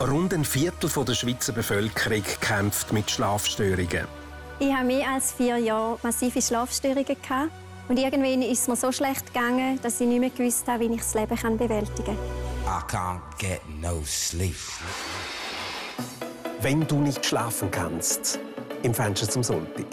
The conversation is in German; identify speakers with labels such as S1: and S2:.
S1: Rund ein Viertel von der Schweizer Bevölkerung kämpft mit Schlafstörungen.
S2: Ich habe mehr als vier Jahre massive Schlafstörungen gehabt. Und irgendwann ist es mir so schlecht gegangen, dass ich nicht mehr gewusst habe, wie ich das Leben kann bewältigen
S3: I can't get no sleep.
S1: Wenn du nicht schlafen kannst, im Fenster zum Sonntag.